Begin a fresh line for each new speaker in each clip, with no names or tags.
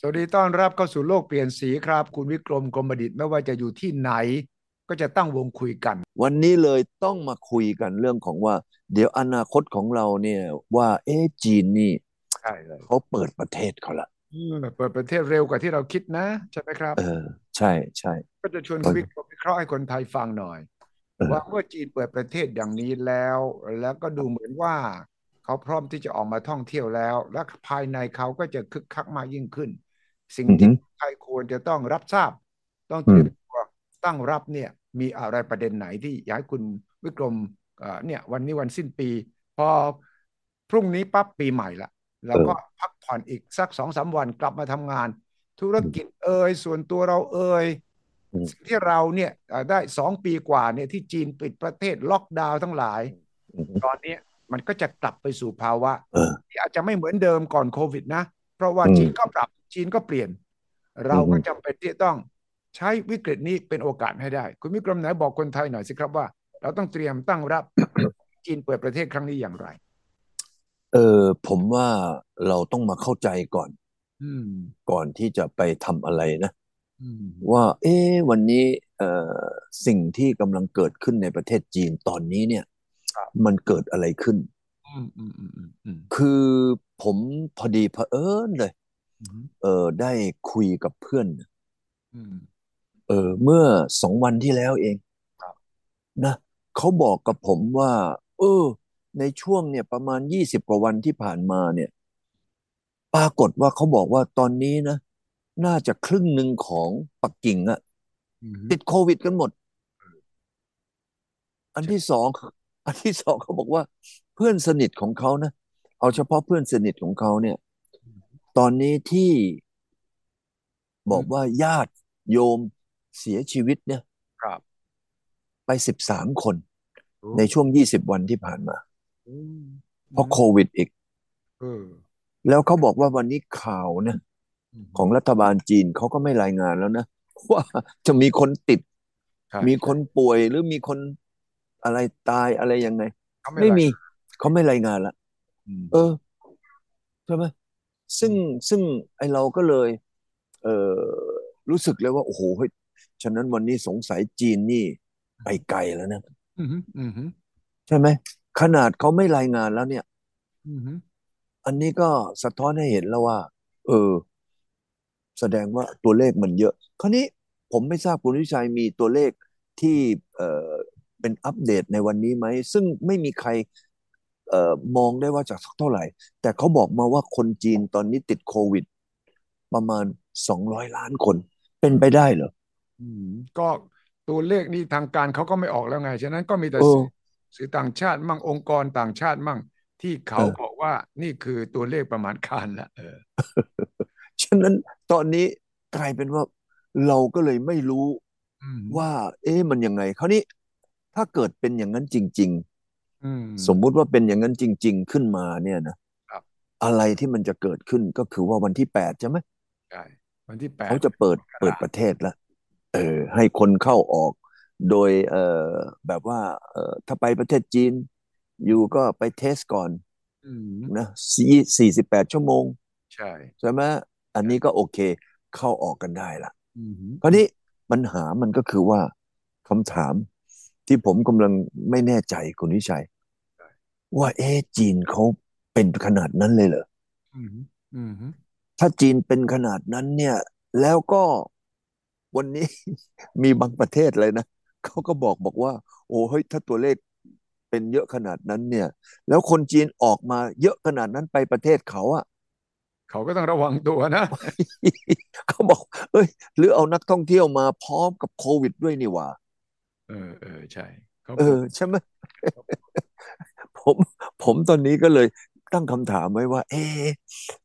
สวัสดีต้อนรับเข้าสู่โลกเปลี่ยนสีครับ คุณวิกรมกรมดิตไม่ว่าจะอยู่ที่ไหน ก็จะตั้งวงคุยกัน
วันนี้เลยต้องมาคุยกันเรื่องของว่า เดี๋ยวอนาคตของเราเนี่ย ว่าเอ๊ะจีนนี่
ใช่เลย
เขาเปิดประเทศเขาละ
เปิดประเทศเร็วกว่าที่เราคิดนะ ใช่ไหมครับ
เออ ใช่ใช่
ก็จะชวน
เปิ
คุ
ด
ณวิกรมวิเคราะห์ให้คนไทยฟังหน่อย
เออ
ว่าเมื่อจีนเปิดประเทศอย่างนี้แล้ว แล้วก็ดูเหมือนว่า เขาพร้อมที่จะออกมาท่องเที่ยวแล้ว และภายในเขาก็จะคึกคักมากยิ่งขึ้น สิ่ง
อือ
ที่
ฮึ
ไทยควรจะต้องรับทราบ ต้อง
อืม
เตรียมตัวตั้งรับเนี่ย มีอะไรประเด็นไหนที่อยากให้คุณวิกรมเอ่อเนี่ย วันนี้วันสิ้นปี พอพรุ่งนี้ปั๊บปีใหม่ละเราก็พักผ่อนอีกสักสองสามวันกลับมาทำงาน ธุรกิจเอ่ยส่วนตัวเราเอ่ย
อืม
สิ่งที่เราเนี่ยเอ่อได้สองปีกว่าเนี่ยที่จีนปิดประเทศล็อกดาวน์ทั้งหลาย
อืม
ตอนเนี้ยมันก็จะกลับไปสู่ภาวะ
เออ
ที่อาจจะไม่เหมือนเดิมก่อนโควิดนะ เพราะว่า
อืม
จีนก็ปรับจีนก็เปลี่ยน เราก็
อืม
จำเป็นที่จะต้องใช้วิกฤตนี้เป็นโอกาสให้ได้ คุณวิกรมไหนบอกคนไทยหน่อยสิครับว่า เราต้องเตรียมตั้งรับ จีนเปิดประเทศครั้งนี้อย่างไร
เออผมว่าเราต้องมาเข้าใจก่อน
อืม
ก่อนที่จะไปทำอะไรนะ
อืม
ว่า เอ๊ะวันนี้เอ่อสิ่งที่กำลังเกิดขึ้นในประเทศจีนตอนนี้เนี่ย มันเกิดอะไรขึ้น
อืมอืมอืมอืมอืม
คือผมพอดีเผอิญเลย
อืม
เออได้คุยกับเพื่อน
อืม
เออเมื่อสองวันที่แล้วเอง
ครับ
นะเขาบอกกับผมว่า เออ ในช่วงเนี่ยประมาณยี่สิบกว่าวันที่ผ่านมาเนี่ย ปรากฏว่าเขาบอกว่าตอนนี้นะ น่าจะครึ่งหนึ่งของปักกิ่งอะ
อืม
ติดโควิดกันหมด อันที่สอง อันที่สองเขาบอกว่า เพื่อนสนิทของเขานะเอาเฉพาะเพื่อนสนิทของเขาเนี่ย ตอนนี้ที่บอกว่าญาติโยมเสียชีวิตเนี่ย
ครับ
ไปสิบสามคน ในช่วงยี่สิบวันที่ผ่านมา
อืม
เพราะโควิดอีก
เออ
แล้วเขาบอกว่าวันนี้ข่าวนะ
ม
ของรัฐบาลจีนเขาก็ไม่รายงานแล้วนะ ว่าจะมีคนติด
ใช่
มีคนป่วยหรือมีคนอะไรตายอะไรยังไง
เขา
ไม่
หว
มีเขาไม่รายงานละ
อืม
เออใช่ไหมซึ่งซึ่งไอเราก็เลย เออรู้สึกเลยว่า โอ้โหเฮ้ยฉะนั้นวันนี้สงสัยจีนนี่ไปไกลแล้วนะ
อืมอืมอืม
ใช่ไหมขนาดเขาไม่รายงานแล้วเนี่ย
อืมอืม
อันนี้ก็สะท้อนให้เห็นแล้วว่า เออ แสดงว่าตัวเลขมันเยอะ คราวนี้ผมไม่ทราบคุณวิชัยมีตัวเลขที่เอ่อเป็นอัปเดตในวันนี้ไหม ซึ่งไม่มีใครเอ่อมองได้ว่าจากสักเท่าไหร่ แต่เขาบอกมาว่าคนจีนตอนนี้ติดโควิด ประมาณสองร้อยล้านคน เป็นไปได้เหรอ
อืมก็ตัวเลขนี้ทางการเขาก็ไม่ออกแล้วไง ฉะนั้นก็มีแต่
เอ
สื่
อ
อสื่อต่างชาติมั่งองค์กรต่างชาติมั่ง ที่เขา
เออ
บอกว่านี่คือตัวเลขประมาณการละเออ
ฉะนั้นตอนนี้กลายเป็นว่าเราก็เลยไม่รู้
อืม
ว่า เอ๊ะมันยังไงคราวนี้ถ้าเกิดเป็นอย่างนั้นจริง
อืม
ๆ สมมุติว่าเป็นอย่างนั้นจริง ๆ ขึ้นมาเนี่ยนะครับ อะไรที่มันจะเกิดขึ้นก็คือว่าวันที่แปดใช่ไหม
ใช่วันที่แป
เขา
ด
จะเปิดเปิดประเทศละเออ ให้คนเข้าออก โดยเอ่อแบบว่า เอ่อถ้าไปประเทศจีน อยู่ก็ไปเทสก่อน
อืม
นะสี่สี่สิบแปดชั่วโมง
ใช่
ใช่ไหมอันนี้ก็โอเค เข้าออกกันได้ละ
อืม
คราวนี้ปัญหามันก็คือว่าคำถามที่ผมกำลังไม่แน่ใจคุณวิชัย ว่าเอ๊ะจีนเขาเป็นขนาดนั้นเลยเหรอ
อืมอืม
ถ้าจีนเป็นขนาดนั้นเนี่ย แล้วก็วันนี้ มีบางประเทศเลยนะเขาก็บอกบอกว่า โอ้เฮ้ยถ้าตัวเลขเป็นเยอะขนาดนั้นเนี่ย แล้วคนจีนออกมาเยอะขนาดนั้นไปประเทศเขาอะ
เขาก็ต้องระวังตัวนะ
เขาบอก เอ้ย หรือเอานักท่องเที่ยวมาพร้อมกับโควิดด้วยนี่หว่า
เออเออใช่เขา
เอ
ปวด
อใช่ไหม ผมผมตอนนี้ก็เลยตั้งคำถามไว้ว่า เอ๊ะ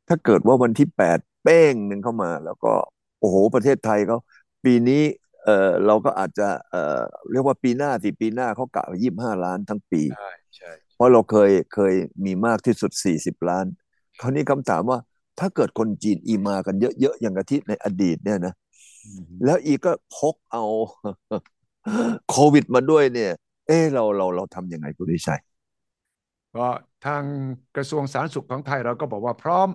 ถ้าเกิดว่าวันที่แปดเป้งหนึ่งเข้ามา แล้วก็ โอ้โห ประเทศไทยเขาปีนี้เออเราก็อาจจะเออเรียกว่าปีหน้าสิปีหน้าเขากะยี่สิบห้าล้านทั้งปี
ใช่ใช่
เพราะเราเคยเคยมีมากที่สุดสี่สิบล้าน คราวนี้คำถามว่า ถ้าเกิดคนจีนอีมากันเยอะๆอย่างกับที่ในอดีตเนี่ยนะ
อืม
แล้วอีก็พกเอา โควิดมาด้วยเนี่ย เอ๊ะเราเราเราทำยังไงคุณวิชัย
ก็ทางกระทรวงสาธารณสุขของไทยเราก็บอกว่าพร้อม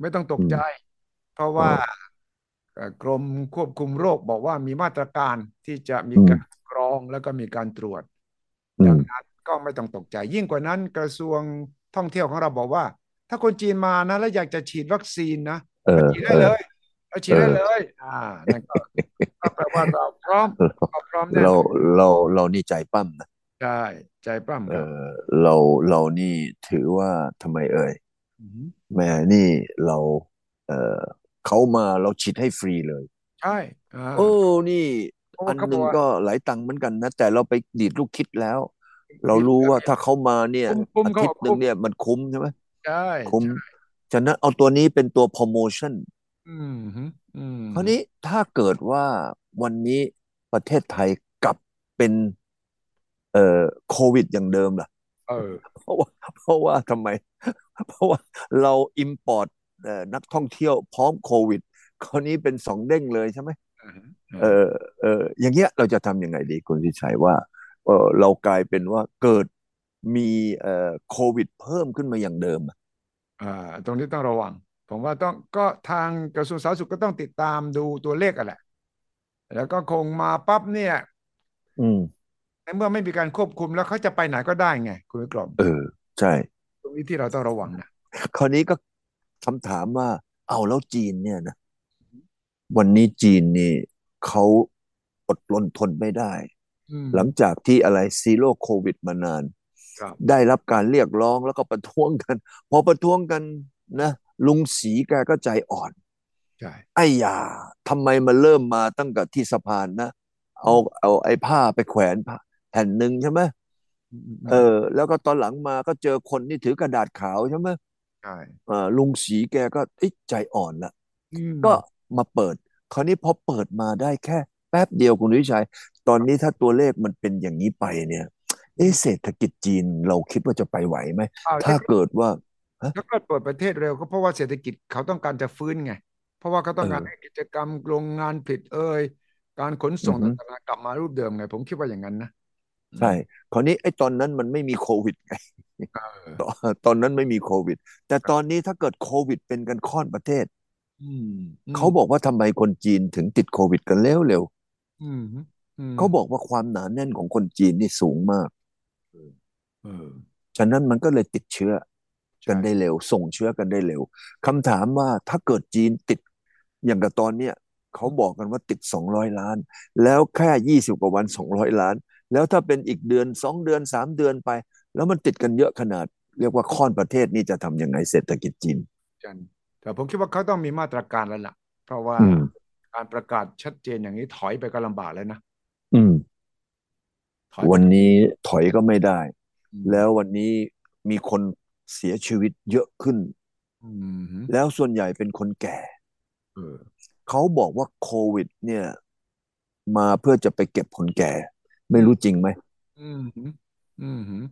ไม่ต้องตก
อื
ใจ
ม
เพราะ
อ๋
ว่า
อ
เอ่อกรมควบคุมโรคบอกว่ามีมาตรการที่จะมี
อืม
การกรองแล้วก็มีการตรวจ
อื
ดั
ม
งนั้นก็ไม่ต้องตกใจ ยิ่งกว่านั้นกระทรวงท่องเที่ยวของเราบอกว่า ถ้าคนจีนมานะ แล้วอยากจะฉีดวัคซีนนะ
เอ
ก็
อ
ฉีดได้เล
เออ
ยเราฉี
เอ
ดได้
อ
เลย อ่านั่นก็ก็แปลว่าเราพร้อมเราพร้อมแน่น
เรา
อน
เราเรานี่ใจปั้มนะ
ใช่ใจปั้ม
เอ
ครับ
อเราเรานี่ถือว่าทำไมเอ่ย
อือหือ
แหม่นี่เรา เออเขามาเราฉีดให้ฟรีเลย
ใช่อ่า
โอ้นี่
เพราะ
อั
ว่าน เขา
ห
บอก
นึ่ง
ว่า
ก็หลายตังค์เหมือนกันนะ แต่เราไปดีดลูกคิดแล้ว เรา
ดี
รู้
แล้ว
ว่า
เนี่ย
ถ้าเขามาเนี่ย
คุ้มคุ้ม
อา
เขา
ทิ
บอ
ต
ก
ย์หนึ่
คุ้ม
งเนี่ยมันคุ้มใช่ไหม
ใช่
คุ้ม
ใช่
ฉะนั้นเอาตัวนี้เป็นตัวโปรโมชั่น
อืมหืออืม
คราวนี้ถ้าเกิดว่าวันนี้ประเทศไทยกลับเป็นเอ่อโควิดอย่างเดิมล่ะ
เออ
เพราะว่าเพราะว่าทำไม เพราะว่าเราอิมพอร์ตเอ่อนักท่องเที่ยวพร้อมโควิด คราวนี้เป็นสองเด้งเลยใช่ไหม
อ่าฮะ
เออ
อ่า
เอออย่างเงี้ยเราจะทำยังไงดีคุณทิชัยว่าเออเรากลายเป็นว่าเกิดมีเอ่อโควิดเพิ่มขึ้นมาอย่างเดิมอะ
อ่าตรงนี้ต้องระวัง ผมว่าต้องก็ทางกระทรวงสาธารณสุขก็ต้องติดตามดูตัวเลขอ่ะแหละ แล้วก็คงมาปั๊บเนี่ย
อืม
ในเมื่อไม่มีการควบคุมแล้วเขาจะไปไหนก็ได้ไง คุณวิกรม
เออ ใช่
ตรงนี้ที่เราต้องระวังนะ
คราวนี้ก็คำถามว่า เอาแล้วจีนเนี่ยนะวันนี้จีนนี่เขาอดรนทนไม่ได้
อืม
หลังจากที่อะไรซีโร่โควิดมานาน
ครับ
ได้รับการเรียกร้องแล้วก็ประท้วงกัน พอประท้วงกันนะ ลุงสีแกก็ใจอ่อน
ใช่
ไอ้ยาทำไมมันเริ่มมาตั้งแต่ที่สะพานนะ
อื
เอา
ม
เอาไอ้ผ้าไปแขวนผ้าแผ่นหนึ่งใช่ไหม
อืมอืมอืม
เออ แล้วก็ตอนหลังมาก็เจอคนที่ถือกระดาษขาวใช่ไหม
ใช่
เออลุงสีแกก็เอ๊ะใจอ่อนละ
อืม
ก็มาเปิด คราวนี้พอเปิดมาได้แค่ แป๊บเดียวคุณวิชัย ตอนนี้ถ้าตัวเลขมันเป็นอย่างนี้ไปเนี่ยเอ๊ะเศรษฐกิจจีนเราคิดว่าจะไปไหวไหม
อ้าว
ถ้า
ที่เขา
เกิดว่าฮะ
ถ้าเกิดเปิดประเทศเร็วก็เพราะว่าเศรษฐกิจเขาต้องการจะฟื้นไง เพราะว่าเขาต้
เอ
องการ
อ
ให้กิจกรรมโรงงานผลิตเอ่ยการขน
อื
ส่
อง ฮึ
ต่างๆกลับมารูปเดิมไง ผมคิดว่าอย่างนั้นนะอืม
ใช่ คราวนี้ไอ้ตอนนั้นมันไม่มีโควิดไง
เออ
ตอนตอนนั้นไม่มีโควิด แต่ตอนนี้ถ้าเกิดโควิดเป็นกันข้อนประเทศ
อืมอืม
เขาบอกว่าทำไมคนจีนถึงติดโควิดกันเร็ว
อืมอื
ๆ
ม
เขาบอกว่าความหนาแน่นของคนจีนนี่สูงมาก
เออเออ
ฉะนั้นมันก็เลยติดเชื้อกั
ใช่
นได้เร็ว ส่งเชื้อกันได้เร็วคำถามว่าถ้าเกิดจีนติด อย่างกับตอนเนี้ยเขาบอกกันว่าติดสองร้อยล้าน แล้วแค่ยี่สิบกว่าวันสองร้อยล้าน แล้วถ้าเป็นอีกเดือนสองเดือนสามเดือนไป แล้วมันติดกันเยอะขนาด เรียกว่าข้อนประเทศนี่จะทำยังไงเศรษฐกิจจีน
จันแต่ผมคิดว่าเขาต้องมีมาตรการแล้วล่ะ เพราะว่า
อืม
การประกาศชัดเจนอย่างนี้ถอยไปก็ลำบากแล้วนะ
อืม
ถอยไป
วัน
ก็
นี้ถอยก็ไม่ได้
อืม
แล้ววันนี้มีคนเสียชีวิตเยอะขึ้น
อืม
แล้วส่วนใหญ่เป็นคนแก่
เออ
เขาบอกว่าโควิด เนี่ย มาเพื่อจะไปเก็บคนแก่ ไม่รู้จริงไหม
อืมอืมอืม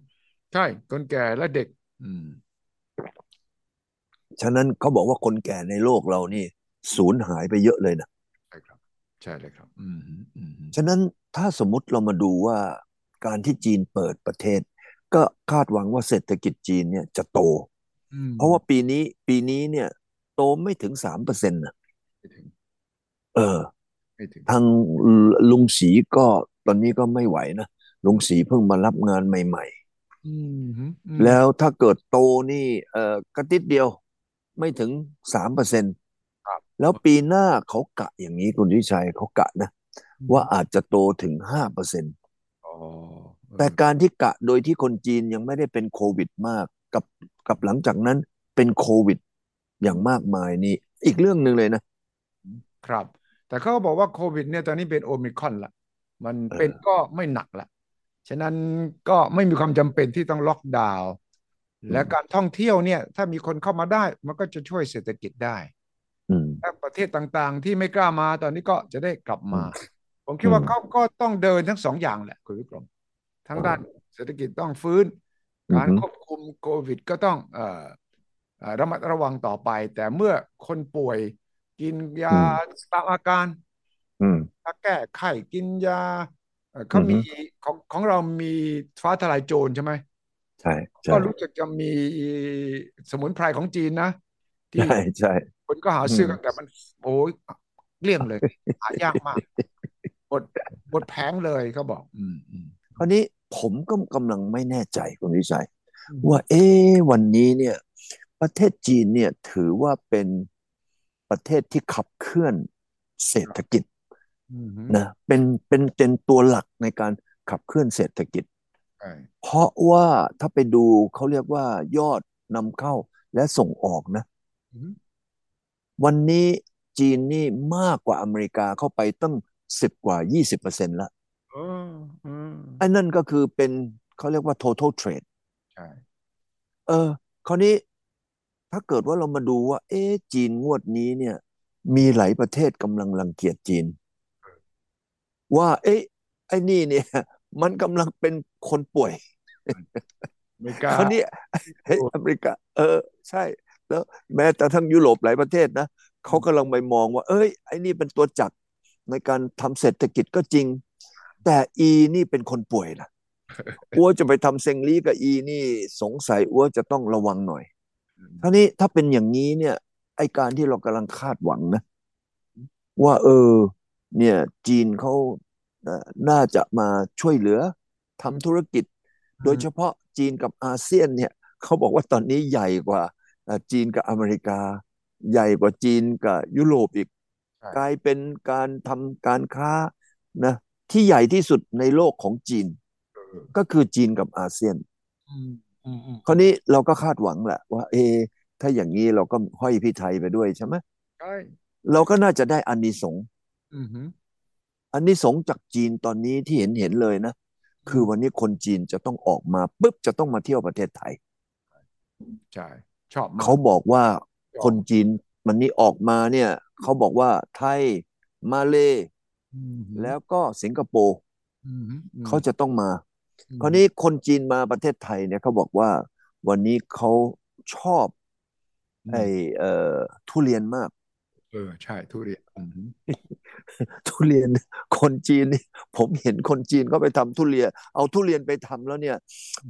ใช่คนแก่และเด็ก อืม
ฉะนั้นเขาบอกว่าคนแก่ในโลกเรานี่สูญหายไปเยอะเลยนะ
ใช่ครับ ใช่เลยครับ อืมอืม
ฉะนั้นถ้าสมมุติเรามาดูว่าการที่จีนเปิดประเทศ ก็คาดหวังว่าเศรษฐกิจจีนเนี่ยจะโต
อืม
เพราะว่าปีนี้ปีนี้เนี่ย โตไม่ถึงสามเปอร์เซ็นต์นะ
ไม่ถึง
เออ
ไม่ถึง
ทางลุงศรีก็ตอนนี้ก็ไม่ไหวนะ ลุงศรีเพิ่งมารับงานใหม่
อืมอื
ๆ
ม
แล้วถ้าเกิดโตนี่เอ่อกระติดเดียวไม่ถึงสามเปอร์เซ็นต์
ครับ
แล้วปีหน้าเขากะอย่างนี้คุณวิชัยเขากะนะ
อื
ว่าม อาจจะโตถึงห้าเปอร์เซ็นต์
อ๋อเอ
แต่
อ
การที่กะโดยที่คนจีนยังไม่ได้เป็นโควิดมาก กับกับหลังจากนั้นเป็นโควิดอย่างมากมายนี่ อีกเรื่องหนึ่งเลยนะ
ครับ แต่เขาก็บอกว่าโควิด เนี่ยตอนนี้เป็นโอมิครอนละมัน
เอ
เป็น
อ
ก็ไม่หนักละฉะนั้นก็ไม่มีความจำเป็นที่ต้องล็อกดาวน์
อื
และ
ม
การท่องเที่ยวเนี่ย ถ้ามีคนเข้ามาได้ มันก็จะช่วยเศรษฐกิจได้
อืม
และประเทศต่างๆ ที่ไม่กล้ามาตอนนี้ก็จะได้กลับ
อื
มา
ม
ผมคิด
อื
ว่าม เขาก็ต้องเดินทั้งสองอย่างแหละคุณวิกรมทั้ง
เอ
ด้า
อน
เศรษฐกิจต้องฟื้น
อื
กาม ร
ฮึ
ควบคุมโควิดก็ต้องเอ่อเอ่อระมัดระวังต่อไป แต่เมื่อคนป่วยกินยา
อืม
ตามอาการ
อืม
ยาแก้ไข้กินยาเอ่อ
อื
เขา
อ
มี
ฮึ
ของของเรามีฟ้าทลายโจรใช่ไหม
ใช่
ก็
ใช่
รู้สึกจะมีสมุนไพรของจีนนะ ที่
ใช่ใช่
คนก็หา
อื
ซื้อ
ม
กันแต่มันโอ้ย เกลี้ยงเลย หายากมากบทบทแผงเลยเขาบอก อืมอืม
คราวนี้ผมก็กำลังไม่แน่ใจคุณวิชัย
อืม
ว่าเอ๊ะวันนี้เนี่ย ประเทศจีนเนี่ยถือว่าเป็นประเทศที่ขับเคลื่อนเศรษฐกิจ
อืมฮึ
นะเป็นเป็นเป็นตัวหลักในการขับเคลื่อนเศรษฐกิจ
ใช่
เพราะว่าถ้าไปดูเขาเรียกว่ายอดนำเข้าและส่งออกนะ
อืม
วันนี้จีนนี่มากกว่าอเมริกาเข้าไปตั้งสิบกว่ายี่สิบเปอร์เซ็นต์ละ
เออเออ
ไอ้นั่นก็คือเป็นเขาเรียกว่า total trade
ใช่
เออ คราวนี้ถ้าเกิดว่าเรามาดูว่า เอ๊ะจีนงวดนี้เนี่ย มีหลายประเทศกำลังรังเกียจจีน ว่า เอ๊ะไอ้นี่เนี่ย มันกำลังเป็นคนป่วย
อเมริกา
คราวนี้ เฮ้ยอเมริกา เออ ใช่ แล้วแม้แต่ทั้งยุโรปหลายประเทศนะเขากำลังไปมองว่า เอ้ย ไอ้นี่เป็นตัวจักรในการทำเศรษฐกิจก็จริง แต่อีนี่เป็นคนป่วยนะอัวจะไปทำเซ็งลี่กับอีนี่สงสัยอัวจะต้องระวังหน่อยท่าวนี้ถ้าเป็นอย่างนี้เนี่ย ไอการที่เรากำลังคาดหวังนะ ว่าเออ เนี่ย จีนเขาเอ่อน่าจะมาช่วยเหลือทำธุรกิจ โดยเฉพาะจีนกับอาเซียนเนี่ยเขาบอกว่าตอนนี้ใหญ่กว่าเอ่อจีนกับอเมริกา ใหญ่กว่าจีนกับยุโรปอีก
ใช่
กลายเป็นการทำการค้านะที่ใหญ่ที่สุดในโลกของจีน
เออ
ก็คือจีนกับอาเซียน
อืมอืมอืม
คราวนี้เราก็คาดหวังแหละว่า เอะถ้าอย่างนี้เราก็ห้อยพี่ไทยไปด้วยใช่ไหม
ใช่
เราก็น่าจะได้อานิสงส์
อืมฮึ
อานิสงส์จากจีนตอนนี้ที่เห็นเห็นเลยนะ คือวันนี้คนจีนจะต้องออกมาปุ๊บจะต้องมาเที่ยวประเทศไทย
ใช่ชอบมาก
เขาบอกว่า
ชอบ
คนจีนมันนี่ออกมาเนี่ยเขาบอกว่าไทยมาเลย์
อืมฮึ
แล้วก็สิงคโปร์
อืมฮึอืม
เขาจะต้องมา
อืม
คราวนี้คนจีนมาประเทศไทยเนี่ยเขาบอกว่าวันนี้เขาชอบ
อืม
ไอ้เอ่อทุเรียนมาก
เออใช่ทุเรียนอืมฮึ
ทุเรียน คนจีนนี่ผมเห็นคนจีนเขาไปทำทุเรียน เอาทุเรียนไปทำแล้วเนี่ย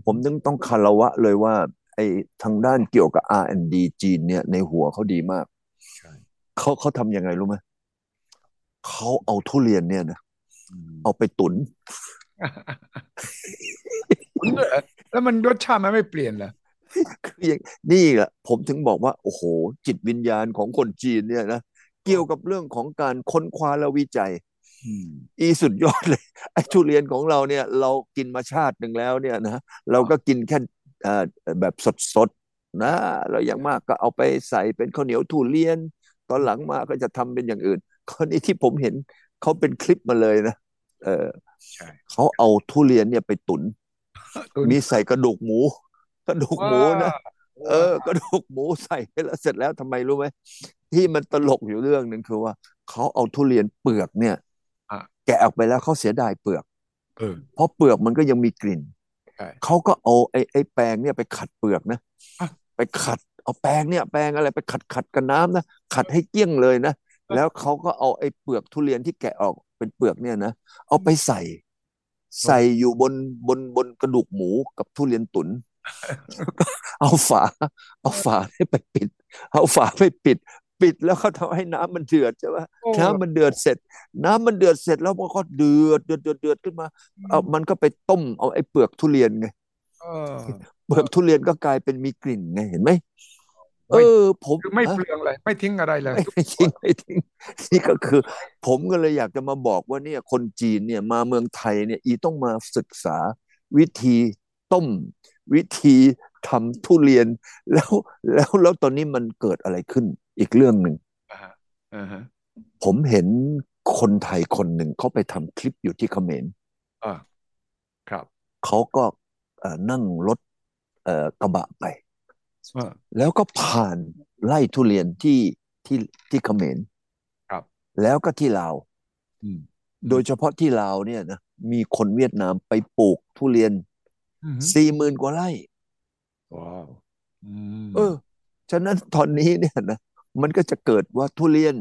ผมต้องต้องคารวะเลยว่า ไอ้ทางด้านเกี่ยวกับ R&D จีนเนี่ยในหัวเขาดีมาก
ใช่
เขาเขาทำยังไงรู้ไหมเขาเอาทุเรียนเนี่ยนะ
อืม
เอาไปตุน
ผมด้วยเหรอแล้วมันรสชาติมันไม่เปลี่ยนเหรอ
คืออย่างนี่แหละผมถึงบอกว่า โอ้โห จิตวิญญาณของคนจีนเนี่ยนะเกี่ยวกับเรื่องของการค้นคว้าและวิจัย
อืม
อีสุดยอดเลย ไอ้ทุเรียนของเราเนี่ย เรากินมาชาติหนึ่งแล้วเนี่ยนะเราก็กินแค่เอ่อแบบสดๆนะเราอย่างมากก็เอาไปใส่เป็นข้าวเหนียวทุเรียน ตอนหลังมาก็จะทำเป็นอย่างอื่นคนนี้ที่ผมเห็นเขาเป็นคลิปมาเลยนะเออ
ใช่
เขาเอาทุเรียนเนี่ยไปตุน
ตุน
มีใส่กระดูกหมู กระดูกหมูนะ เออ กระดูกหมูใส่ไปแล้วเสร็จแล้วทำไมรู้ไหมที่มันตลกอยู่เรื่องหนึ่งคือว่าเขาเอาทุเรียนเปลือกเนี่ย
อ่ะ
แกะออกไปแล้วเขาเสียดายเปลือก
เออ
เพราะเปลือกมันก็ยังมีกลิ่น
ใช่
เขาก็เอาไอ้ไอ้แปรงเนี่ยไปขัดเปลือกนะ
อ่ะ
ไปขัดเอาแปรงเนี่ยแปรงอะไรไปขัดขัดกับน้ำนะขัดให้เกลี้ยงเลยนะแล้วเขาก็เอาไอ้เปลือกทุเรียนที่แกะออกเป็นเปลือกเนี่ยนะเอาไปใส่ ใส่อยู่บนบนบนกระดูกหมูกับทุเรียนตุ๋น เอาฝา เอาฝาให้ไปปิด เอาฝาไปปิด ปิดแล้วเขาทำให้น้ำมันเดือดใช่ไหม
โอ้
น้ำมันเดือดเสร็จ น้ำมันเดือดเสร็จแล้วมันก็เดือดเดือดเดือดเดือดขึ้นมา เอามันก็ไปต้มเอาไอ้เปลือกทุเรียนไง
เออ
เปลือกทุเรียนก็กลายเป็นมีกลิ่นไงเห็นไหมเออ ผม
คือไม่
ฮะ
เปลืองเลยไม่ทิ้งอะไรเลย
ไม่ไม่ทิ้งไม่ทิ้ง นี่ก็คือ ผมก็เลยอยากจะมาบอกว่าเนี่ย คนจีนเนี่ยมาเมืองไทยเนี่ย อีต้องมาศึกษา วิธีต้ม วิธีทำทุเรียน แล้วแล้วแล้วตอนนี้มันเกิดอะไรขึ้นอีกเรื่องหนึ่ง
อ่าฮะอ่าฮะ
ผมเห็นคนไทยคนหนึ่งเขาไปทำคลิปอยู่ที่เขมร
อ่าครับ
เขาก็เอ่อนั่งรถเอ่อกระบะไป
เออ
แล้วก็ผ่านไร่ทุเรียนที่ที่ที่เขมร
ครับ
แล้วก็ที่ลาว
อืม อื
โดยเฉพาะที่ลาวเนี่ยนะมีคนเวียดนามไปปลูกทุเรียน
อืม
สี่หมื่นกว่าไร่
ว้าวอืม
เออ ฉะนั้นตอนนี้เนี่ยนะมันก็จะเกิดว่าทุเรียน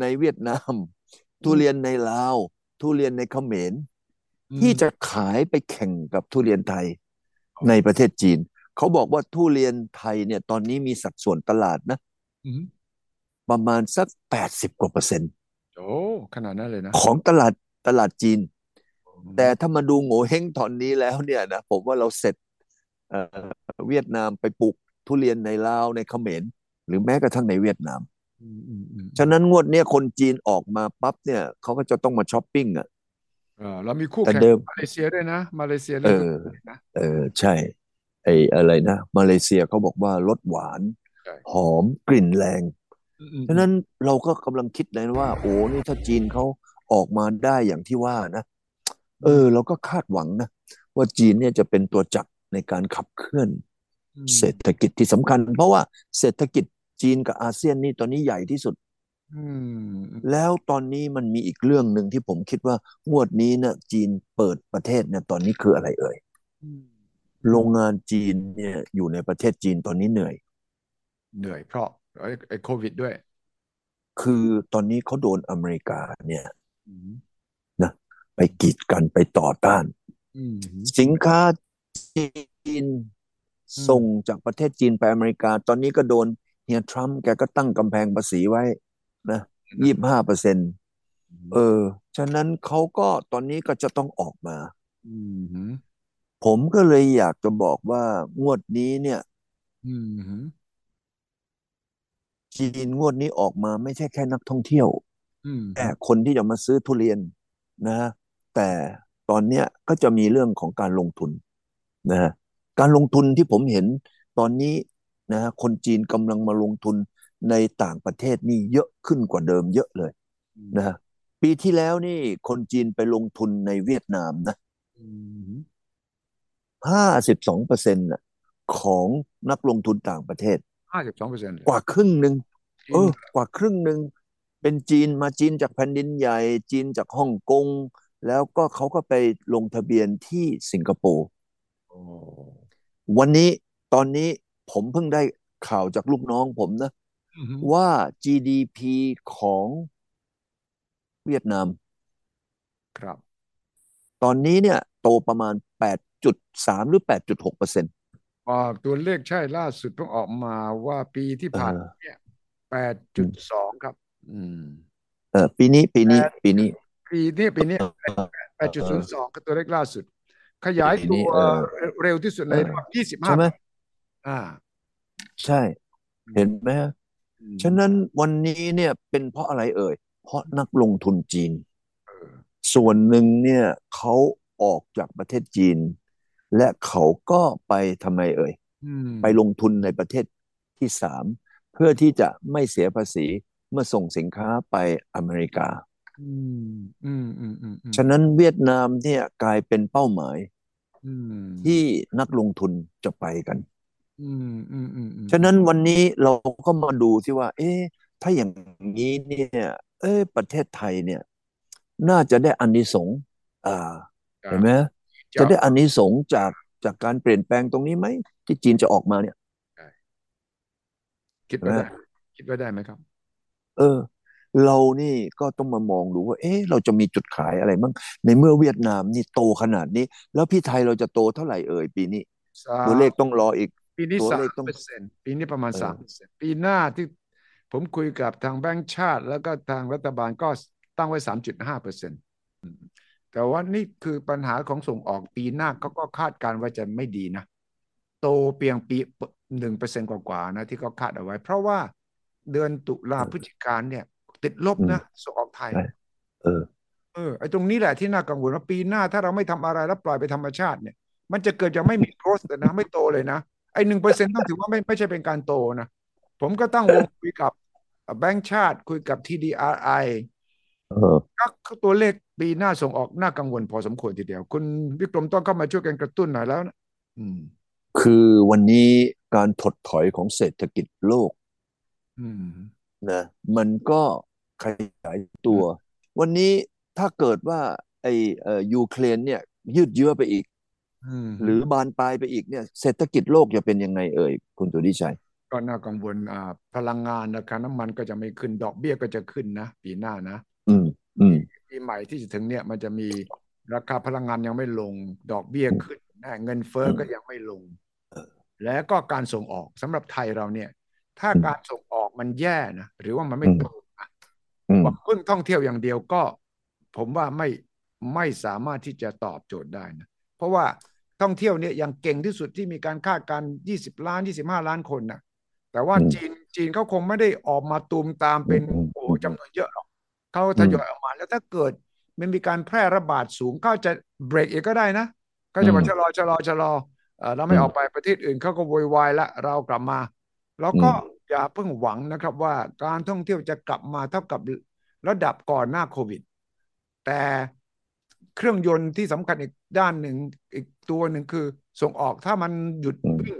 ในเวียดนาม ทุเรียนในลาว ทุเรียนในเขมร ที่จะขายไปแข่งกับทุเรียนไทยในประเทศจีน เขาบอกว่าทุเรียนไทยเนี่ยตอนนี้มีสัดส่วนตลาดนะ
อืม
ประมาณสัก 80 กว่าเปอร์เซ็นต์
โอ้ อ้ขนาดนั้นเลยนะ
ของตลาดตลาดจีน แต่ถ้ามาดูโง่เฮงตอนนี้แล้วเนี่ยนะผมว่าเราเสร็จเอ่อเวียดนามไปปลูกทุเรียนในลาวในเขมรหรือแม้กระทั่งในเวียดนาม
อืมอืมอืม
ฉะนั้นงวดเนี้ยคนจีนออกมาปั๊บเนี่ยเขาก็จะต้องมาช้อปปิ้งอ่ะ
เออเรามีคู่
แต่
แข่ง
เดิม
มาเลเซียด้วยนะ มาเลเซีย
เอ
เล่น
อ
ด้วยนะ
เออใช่ ไอ้อะไรนะ มาเลเซียเขาบอกว่ารสหวาน
ใช่
หอมกลิ่นแรง
อืมอืม
ฉะนั้นเราก็กำลังคิดเลยนะว่า โอ้นี่ถ้าจีนเขาออกมาได้อย่างที่ว่านะ เออ เราก็คาดหวังนะ ว่าจีนเนี่ยจะเป็นตัวจักรในการขับเคลื่อน
อืม
เศรษฐกิจที่สำคัญ เพราะว่าเศรษฐกิจจีนกับอาเซียนนี่ตอนนี้ใหญ่ที่สุด
อืม
แล้วตอนนี้มันมีอีกเรื่องหนึ่งที่ผมคิดว่างวดนี้นะจีนเปิดประเทศเนี่ยตอนนี้คืออะไรเอ่ย
อืม
โรงงานจีนเนี่ยอยู่ในประเทศจีนตอนนี้เหนื่อย
เหนื่อยเพราะไอ้ไอ้โควิดด้วย
คือตอนนี้เขาโดนอเมริกาเนี่ย
อืม
ไปกีดกันไปต่อต้าน
อืม
สินค้าจีนส่งจากประเทศจีนไปอเมริกา ตอนนี้ก็โดนเฮียทรัมป์แกก็ตั้งกำแพงภาษีไว้นะยี่สิบห้าเปอร์เซ็นต์เออ ฉะนั้นเขาก็ตอนนี้ก็จะต้องออกมา
อืมอืม
ผมก็เลยอยากจะบอกว่างวดนี้เนี่ย
อืมอืม
จีนงวดนี้ออกมาไม่ใช่แค่นักท่องเที่ยว
อืม
แต่คนที่จะมาซื้อทุเรียนนะฮะแต่ตอนเนี้ยก็จะมีเรื่องของการลงทุนนะฮะการลงทุนที่ผมเห็นตอนนี้นะฮะคนจีนกำลังมาลงทุนในต่างประเทศนี่เยอะขึ้นกว่าเดิมเยอะเลยนะฮะปีที่แล้วนี่คนจีนไปลงทุนในเวียดนามนะ
อืม
ห้าสิบสองเปอร์เซ็นต์ของนักลงทุนต่างประเทศ
ห้าสิบสองเปอร์เซ็นต์
กว่าครึ่งหนึ่ง เอ
อ
อ กว่าครึ่งหนึ่งเป็นจีนมาจีนจากแผ่นดินใหญ่ จีนจากฮ่องกง แล้วก็เขาก็ไปลงทะเบียนที่สิงคโปร์
โอ้
วันนี้ตอนนี้ผมเพิ่งได้ข่าวจากลูกน้องผมนะ
อืม
ว่า GDP ของเวียดนาม
ครับ
ตอนนี้เนี่ยโตประมาณ 8.3 หรือ 8.6เปอร์เซ็นต์
อ่าตัวเลขใช่ล่าสุดเพิ่งออกมาว่าปีที่ผ่านมาเนี่ยแปดจุดสองครับ อืม
เออปีนี้ปีนี้ปีนี้
ปีนี้ปีนี้แป
เอ
ดจุดศู
อ
นย์สองคือตัวเลขล่าสุด ขยาย
ปี
ตั
นี้
ว
เออ
เร็วที่สุดใน
เออ
รอบยี่สิบ
ใช่
ห้า
ไหม
อ่า
ใช่ เห็นไหมฮะ
อืม
ฉะนั้นวันนี้เนี่ยเป็นเพราะอะไรเอ่ย เพราะนักลงทุนจีน
เออ
ส่วนหนึ่งเนี่ยเขาออกจากประเทศจีน และเขาก็ไปทำไมเอ่ย
อืม
ไปลงทุนในประเทศที่สามเพื่อที่จะไม่เสียภาษีเมื่อส่งสินค้าไปอเมริกา
อืมอืมอืมอืมอืม
ฉะนั้นเวียดนามเนี่ยกลายเป็นเป้าหมาย
อืม
ที่นักลงทุนจะไปกัน
อืมอืมอืมอืม
ฉะนั้นวันนี้เราก็มาดูที่ว่า เอ๊ะถ้าอย่างนี้เนี่ย เอ๊ะประเทศไทยเนี่ย น่าจะได้อานิสงส์อ่า
ค
เห็
รั
น
บ
ไหม
จะ
จะได้อานิสงส์จากจากการเปลี่ยนแปลงตรงนี้ไหมที่จีนจะออกมาเนี่ย
คิด
เห็น
ว่า
ไหม
ได้ คิดว่าได้ไหมครับ
เออ เรานี่ก็ต้องมามองดูว่า เอ๊ะเราจะมีจุดขายอะไรบ้างในเมื่อเวียดนามนี่โตขนาดนี้ แล้วพี่ไทยเราจะโตเท่าไหร่เอ่ยปีนี้
สา
ตัวเลขต้องรออีก
ปีนี้
ตัว
สา
เลข
ม
ต้อง
เปอร์เซ็นต์ปีนี้ประมาณ
เอ
สาม
อ
เปอร์เซ็นต์ปีหน้าที่ผมคุยกับทางแบงก์ชาติ แล้วก็ทางรัฐบาลก็ตั้งไว้สามจุดห้าเปอร์เซ็นต์แต่ว่านี่คือปัญหาของส่งออกปีหน้าเขาก็คาดการณ์ว่าจะไม่ดีนะ โตเพียงปีหนึ่งเปอร์เซ็นต์กว่าๆนะที่เขาคาดเอาไว้ เพราะว่าเดือนตุลาพฤศจิกาเนี่ย ติดลบ
อืม
นะส่งออกไทย
ใช่เออ
เออไอ้ตรงนี้แหละที่น่ากังวลว่าปีหน้าถ้าเราไม่ทำอะไรแล้วปล่อยไปธรรมชาติเนี่ย มันจะเกิดจะไม่มี growth เลยนะไม่โตเลยนะไอ้หนึ่งเปอร์เซ็นต์ต้องถือว่าไม่ไม่ใช่เป็นการโตนะ ผมก็ตั้งวงคุยกับแบงก์ชาติคุยกับ TDRI
เออ
ก็ตัวเลขปีหน้าส่งออกน่ากังวลพอสมควรทีเดียว คุณวิกรมต้องเข้ามาช่วยกันกระตุ้นหน่อยแล้วนะอืม
คือวันนี้การถดถอยของเศรษฐกิจโลก
อืม
นะมันก็ขยายตัว วันนี้ถ้าเกิดว่าไอ้เอ่อยูเครนเนี่ยยืดเยื้อไปอีก
อืม
หรือบานปลายไปอีกเนี่ยเศรษฐกิจโลกจะเป็นยังไงเอ่ย คุณสุทธิชัย
ก็น่ากังวลอ่าพลังงานราคาน้ำมันก็จะไม่ขึ้นดอกเบี้ยก็จะขึ้นนะปีหน้านะ
อืม อืม
ปีใหม่ที่จะถึงเนี่ยมันจะมีราคาพลังงานยังไม่ลง ดอกเบี้ยขึ้นนะเงินเฟ้อก็ยังไม่ลง และก็การส่งออกสำหรับไทยเราเนี่ย ถ้าการส่งออกมันแย่นะหรือว่ามันไม่โตนะ
อืม
ว่าพึ่งท่องเที่ยวอย่างเดียวก็ ผมว่าไม่ไม่สามารถที่จะตอบโจทย์ได้นะ เพราะว่าท่องเที่ยวเนี่ยยังเก่งที่สุดที่มีการคาดการณ์20 ล้าน 25 ล้านคนนะแต่ว่า
อืม
จีนจีนเขาคงไม่ได้ออกมาตูมตามเป็น
อืม
โอ้
อืม
จำนวนเยอะหรอกเขาทยอยออกมาแล้วถ้าเกิดมันมีการแพร่ระบาดสูงเขาจะเบรกอีกก็ได้นะเขาจะบอกชะลอชะลอชะลอเออเราไม่ออกไปประเทศอื่นเขาก็โวยวายละเรากลับมา แล้วก็อย่าเพิ่งหวังนะครับว่าการท่องเที่ยวจะกลับมาเท่ากับระดับก่อนหน้าโควิด แต่เครื่องยนต์ที่สำคัญอีกด้านหนึ่งอีกตัวหนึ่งคือส่งออกถ้ามันหยุด
อืม
วิ่ง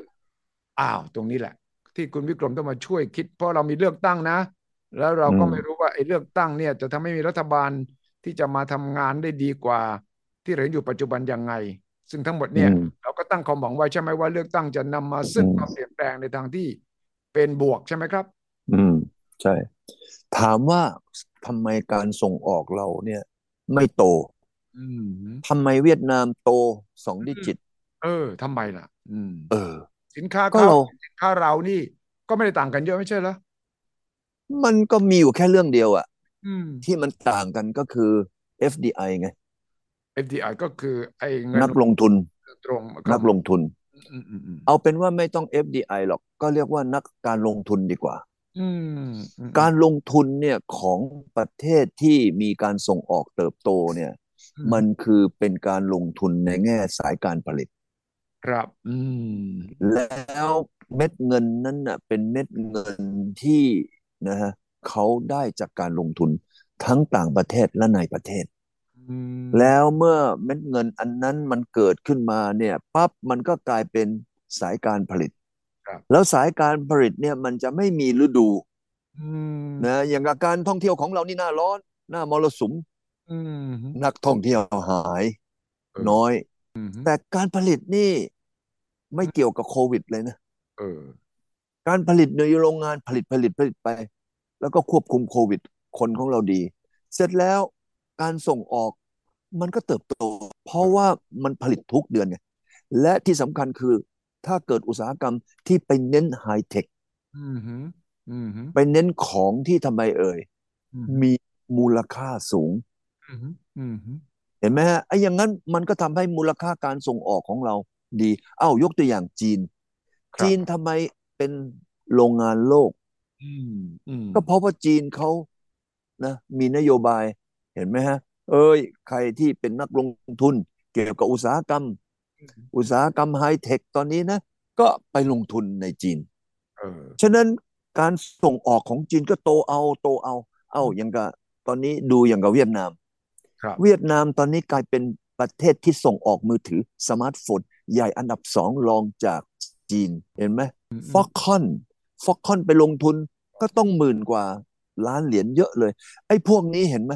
อ้าวตรงนี้แหละ ที่คุณวิกรมต้องมาช่วยคิด เพราะเรามีเลือกตั้งนะ แล้วเราก็ไม่รู้ว่าไอ้เลือกตั้งเนี่ย จะทำให้มีรัฐบาลที่จะมาทำงานได้ดีกว่า ที่เราเห็นอยู่ปัจจุบันยังไง ซึ่งทั้งหมดเนี่ย เราก็ตั้งความหวังไว้ใช่ไหมว่าเลือกตั้งจะนำมาซึ่งความเปลี่ยนแปลงในทางที่เป็นบวกใช่ไหมครับ
อืม ใช่ ถามว่าทำไมการส่งออกเราเนี่ย ไม่โต
อืม
ทำไมเวียดนามโตสองดิจิต
เออทำไมล่ะ อืม
เออ
สินค้า
ก็
เขา
เรา
สินค้าเรานี่ก็ไม่ได้ต่างกันเยอะไม่ใช่เหรอ
มันก็มีอยู่แค่เรื่องเดียวอะ
อืม
ที่มันต่างกันก็คือ FDI ไง
FDI ก็คือไอ้เงิน
นักลงทุน
ตรง
นักลงทุน
อืมอืมอืม
เอาเป็นว่าไม่ต้อง FDI หรอก ก็เรียกว่านักการลงทุนดีกว่า
อืมอืม
การลงทุนเนี่ยของประเทศที่มีการส่งออกเติบโตเนี่ย
อื
มันคือเป็นการลงทุนในแง่สายการผลิต
ครับ อืม
แล้วเม็ดเงินนั้นน่ะเป็นเม็ดเงินที่นะฮะเขาได้จากการลงทุนทั้งต่างประเทศและในประเทศ
อืม
แล้วเมื่อเม็ดเงินอันนั้นมันเกิดขึ้นมาเนี่ยปั๊บมันก็กลายเป็นสายการผลิต
ครับ
แล้วสายการผลิตเนี่ยมันจะไม่มีฤดู
อืม
นะอย่างกับการท่องเที่ยวของเรานี่หน้าร้อน หน้ามรสุม
อืม
นักท่องเที่ยวหาย น้อย
อืม
แต่การผลิตนี่ไม่เกี่ยวกับโควิดเลยนะ
เออ
การผลิตในโรงงานผลิตผลิตผลิตไป แล้วก็ควบคุมโควิด คนของเราดี เสร็จแล้วการส่งออกมันก็เติบโต เพราะว่ามันผลิตทุกเดือนไงและที่สำคัญคือถ้าเกิดอุตสาหกรรมที่ไปเน้นไฮเทค
อืมฮึอืมฮึ
ไปเน้นของที่ทำไมเอ่ย
อืม
มีมูลค่าสูง
ฮึอืมฮึ
เห็นไหมฮะไอ้อย่างนั้นมันก็ทำให้มูลค่าการส่งออกของเราดี เอ้ายกตัวอย่างจีน
ครั
จี
บ
นทำไมเป็นโรงงานโลก
อืมอืม
ก็เพราะว่าจีนเขานะมีนโยบายเห็นไหมฮะ เอ้ย ใครที่เป็นนักลงทุน เกี่ยวกับอุตสาหกรรม อุตสาหกรรมไฮเทคตอนนี้นะ ก็ไปลงทุนในจีน
เออ
ฉะนั้นการส่งออกของจีนก็โตเอาโตเอา เอ้าอย่างกับตอนนี้ดูอย่างกับเวียดนาม
ครับ
เวียดนามตอนนี้กลายเป็นประเทศที่ส่งออกมือถือสมาร์ทโฟน ใหญ่อันดับสองรองจากจีนเห็นไหมฟ็อกคอนฟ็อกคอนไปลงทุนก็ต้องหมื่นกว่าล้านเหรียญเยอะเลย ไอ้พวกนี้เห็นไหม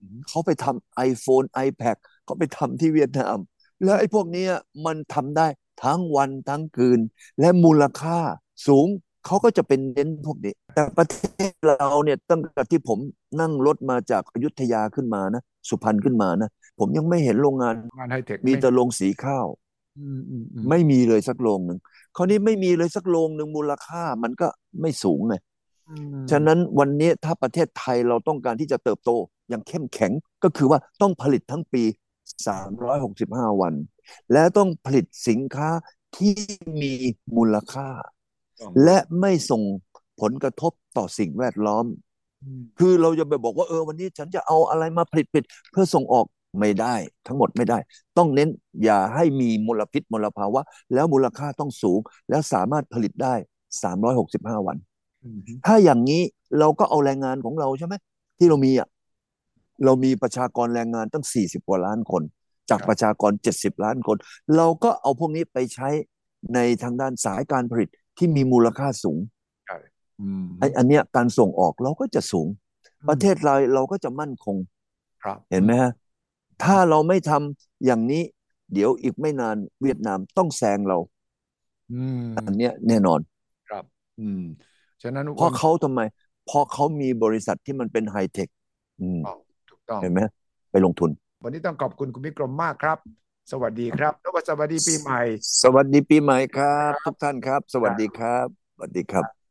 อืม
เขาไปทำ iPhone iPad เขาไปทำที่เวียดนาม แล้วไอ้พวกเนี้ยมันทำได้ทั้งวันทั้งคืน และมูลค่าสูงเขาก็จะเป็นเน้นพวกนี้ แต่ประเทศเราเนี่ยตั้งแต่ที่ผมนั่งรถมาจากอยุธยาขึ้นมานะ สุพรรณขึ้นมานะ ผมยังไม่เห็นโรงงาน
งานไฮเทค
มี
ไม่
แต่โรงสีข้าว
อืมอืมอืม
ไม่มีเลยสักโรงหนึ่งคราวนี้ไม่มีเลยสักโรงหนึ่งมูลค่ามันก็ไม่สูงไง
อืม
ฉะนั้นวันนี้ถ้าประเทศไทยเราต้องการที่จะเติบโตอย่างเข้มแข็งก็คือว่าต้องผลิตทั้งปี 365 วัน และต้องผลิตสินค้าที่มีมูลค่า
ต้อง
และไม่ส่งผลกระทบต่อสิ่งแวดล้อม
อืม
คือเราจะไปบอกว่าเออวันนี้ฉันจะเอาอะไรมาผลิตผลิตเพื่อส่งออกไม่ได้ ทั้งหมดไม่ได้ ต้องเน้นอย่าให้มีมลพิษมลภาวะ แล้วมูลค่าต้องสูง แล้วสามารถผลิตได้ 365 วัน
อืม
ถ้าอย่างนี้เราก็เอาแรงงานของเราใช่ไหมที่เรามีอ่ะเรามีประชากรแรงงานตั้ง 40 กว่าล้านคน จากประชากร 70 ล้านคน เราก็เอาพวกนี้ไปใช้ในทางด้านสายการผลิตที่มีมูลค่าสูง
อืม
ไอ้อันเนี้ยการส่งออกเราก็จะสูง ประเทศเราเราก็จะมั่นคง
ครับ
เห็นไหมฮะ ถ้าเราไม่ทำอย่างนี้ เดี๋ยวอีกไม่นานเวียดนามต้องแซงเรา
อืม
อันเนี้ยแน่นอน
ครับอืมฉะนั้น
เพราะเขาทำไม เพราะเขามีบริษัทที่มันเป็นไฮเทคอืม
ถูกต้อง
เห็นไหมไปลงทุน
วันนี้ต้องขอบคุณคุณวิกรมมากครับ สวัสดีครับ แล้วก็สวัสดีปีใหม่
สวัสดีปีใหม่ครับ ทุกท่านครับ สวัสดีครับ สวัสดีครับ